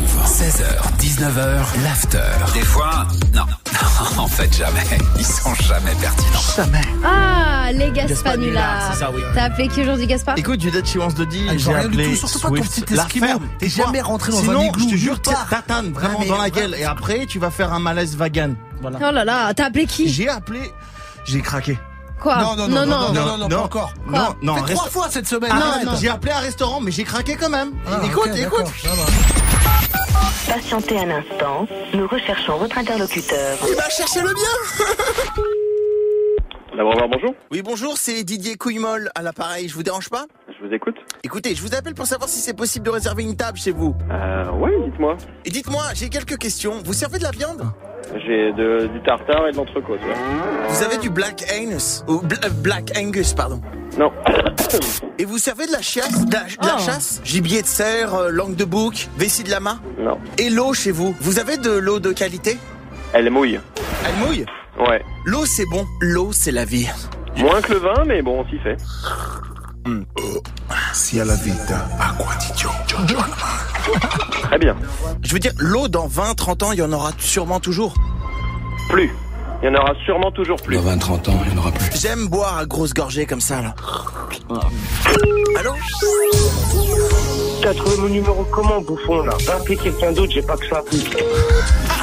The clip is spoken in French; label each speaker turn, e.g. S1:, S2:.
S1: 16h, 19h, l'after. Des fois, non. en fait, jamais. Ils sont jamais pertinents.
S2: Jamais.
S3: Ah, les
S4: Gaspanula,
S3: Gaspanula.
S4: c'est ça, oui.
S3: T'as appelé qui aujourd'hui, Gaspard
S4: Écoute, Judith Chiwans de dit,
S2: Ah, ils ont
S4: j'ai
S2: rien du
S4: appelé
S2: tout, surtout pas ton
S4: Swift.
S2: petit
S4: La
S2: esquimau.
S4: ferme.
S2: T'es
S4: Toi,
S2: jamais rentré dans un
S4: Sinon,
S2: igloo,
S4: je te
S2: nulle
S4: jure,
S2: part.
S4: tatane vraiment
S2: Ah, mais
S4: dans la
S2: voilà.
S4: gueule. Et après, tu vas faire un malaise vagan. Voilà.
S3: Oh là là, t'as appelé qui
S4: J'ai appelé, j'ai craqué.
S3: Quoi
S2: Non, non, non, non, non,
S4: non.
S2: pas encore.
S4: Non, non,
S2: Fait trois
S4: reste- Ah,
S2: fois cette semaine.
S4: Arrête,
S2: arrête.
S4: J'ai appelé un restaurant, mais j'ai craqué quand même.
S2: Ah,
S4: écoute,
S2: ok,
S4: écoute.
S2: d'accord. Non, non.
S5: Patientez un instant, nous recherchons votre interlocuteur.
S4: Il va chercher le bien.
S6: D'abord, bonjour, bonjour.
S4: Oui, bonjour, c'est Didier Couillemolle à l'appareil. Je vous dérange pas
S6: Je vous écoute.
S4: Écoutez, je vous appelle pour savoir si c'est possible de réserver une table chez vous.
S6: Euh, ouais, dites-moi.
S4: Et dites-moi, j'ai quelques questions. Vous servez de la viande
S6: J'ai de- du tartare et de l'entrecôte. ouais.
S2: Ah.
S4: Vous avez du Black Angus ou Bla- Black Angus, pardon.
S6: Non.
S4: Et vous servez de la chasse, de la, de la
S3: Oh.
S4: chasse, gibier de serre, euh, langue de bouc, vessie de lama.
S6: non.
S4: Et l'eau chez vous, vous avez de l'eau de qualité
S6: Elle mouille.
S4: Elle mouille.
S6: Ouais.
S4: L'eau c'est bon, l'eau c'est la vie.
S6: Moins que le vin, mais bon, on s'y fait.
S2: Si à la vita.
S6: Très bien.
S4: Je veux dire, l'eau dans 20, 30 ans, il y en aura sûrement toujours.
S6: Plus. Il y en aura sûrement toujours plus.
S1: Dans 20-30 ans, il n'y en aura plus.
S4: J'aime boire à grosses gorgées comme ça là. Allô
S7: T'as trouvé mon numéro comment, bouffon, là Va appeler quelqu'un d'autre, j'ai pas que ça.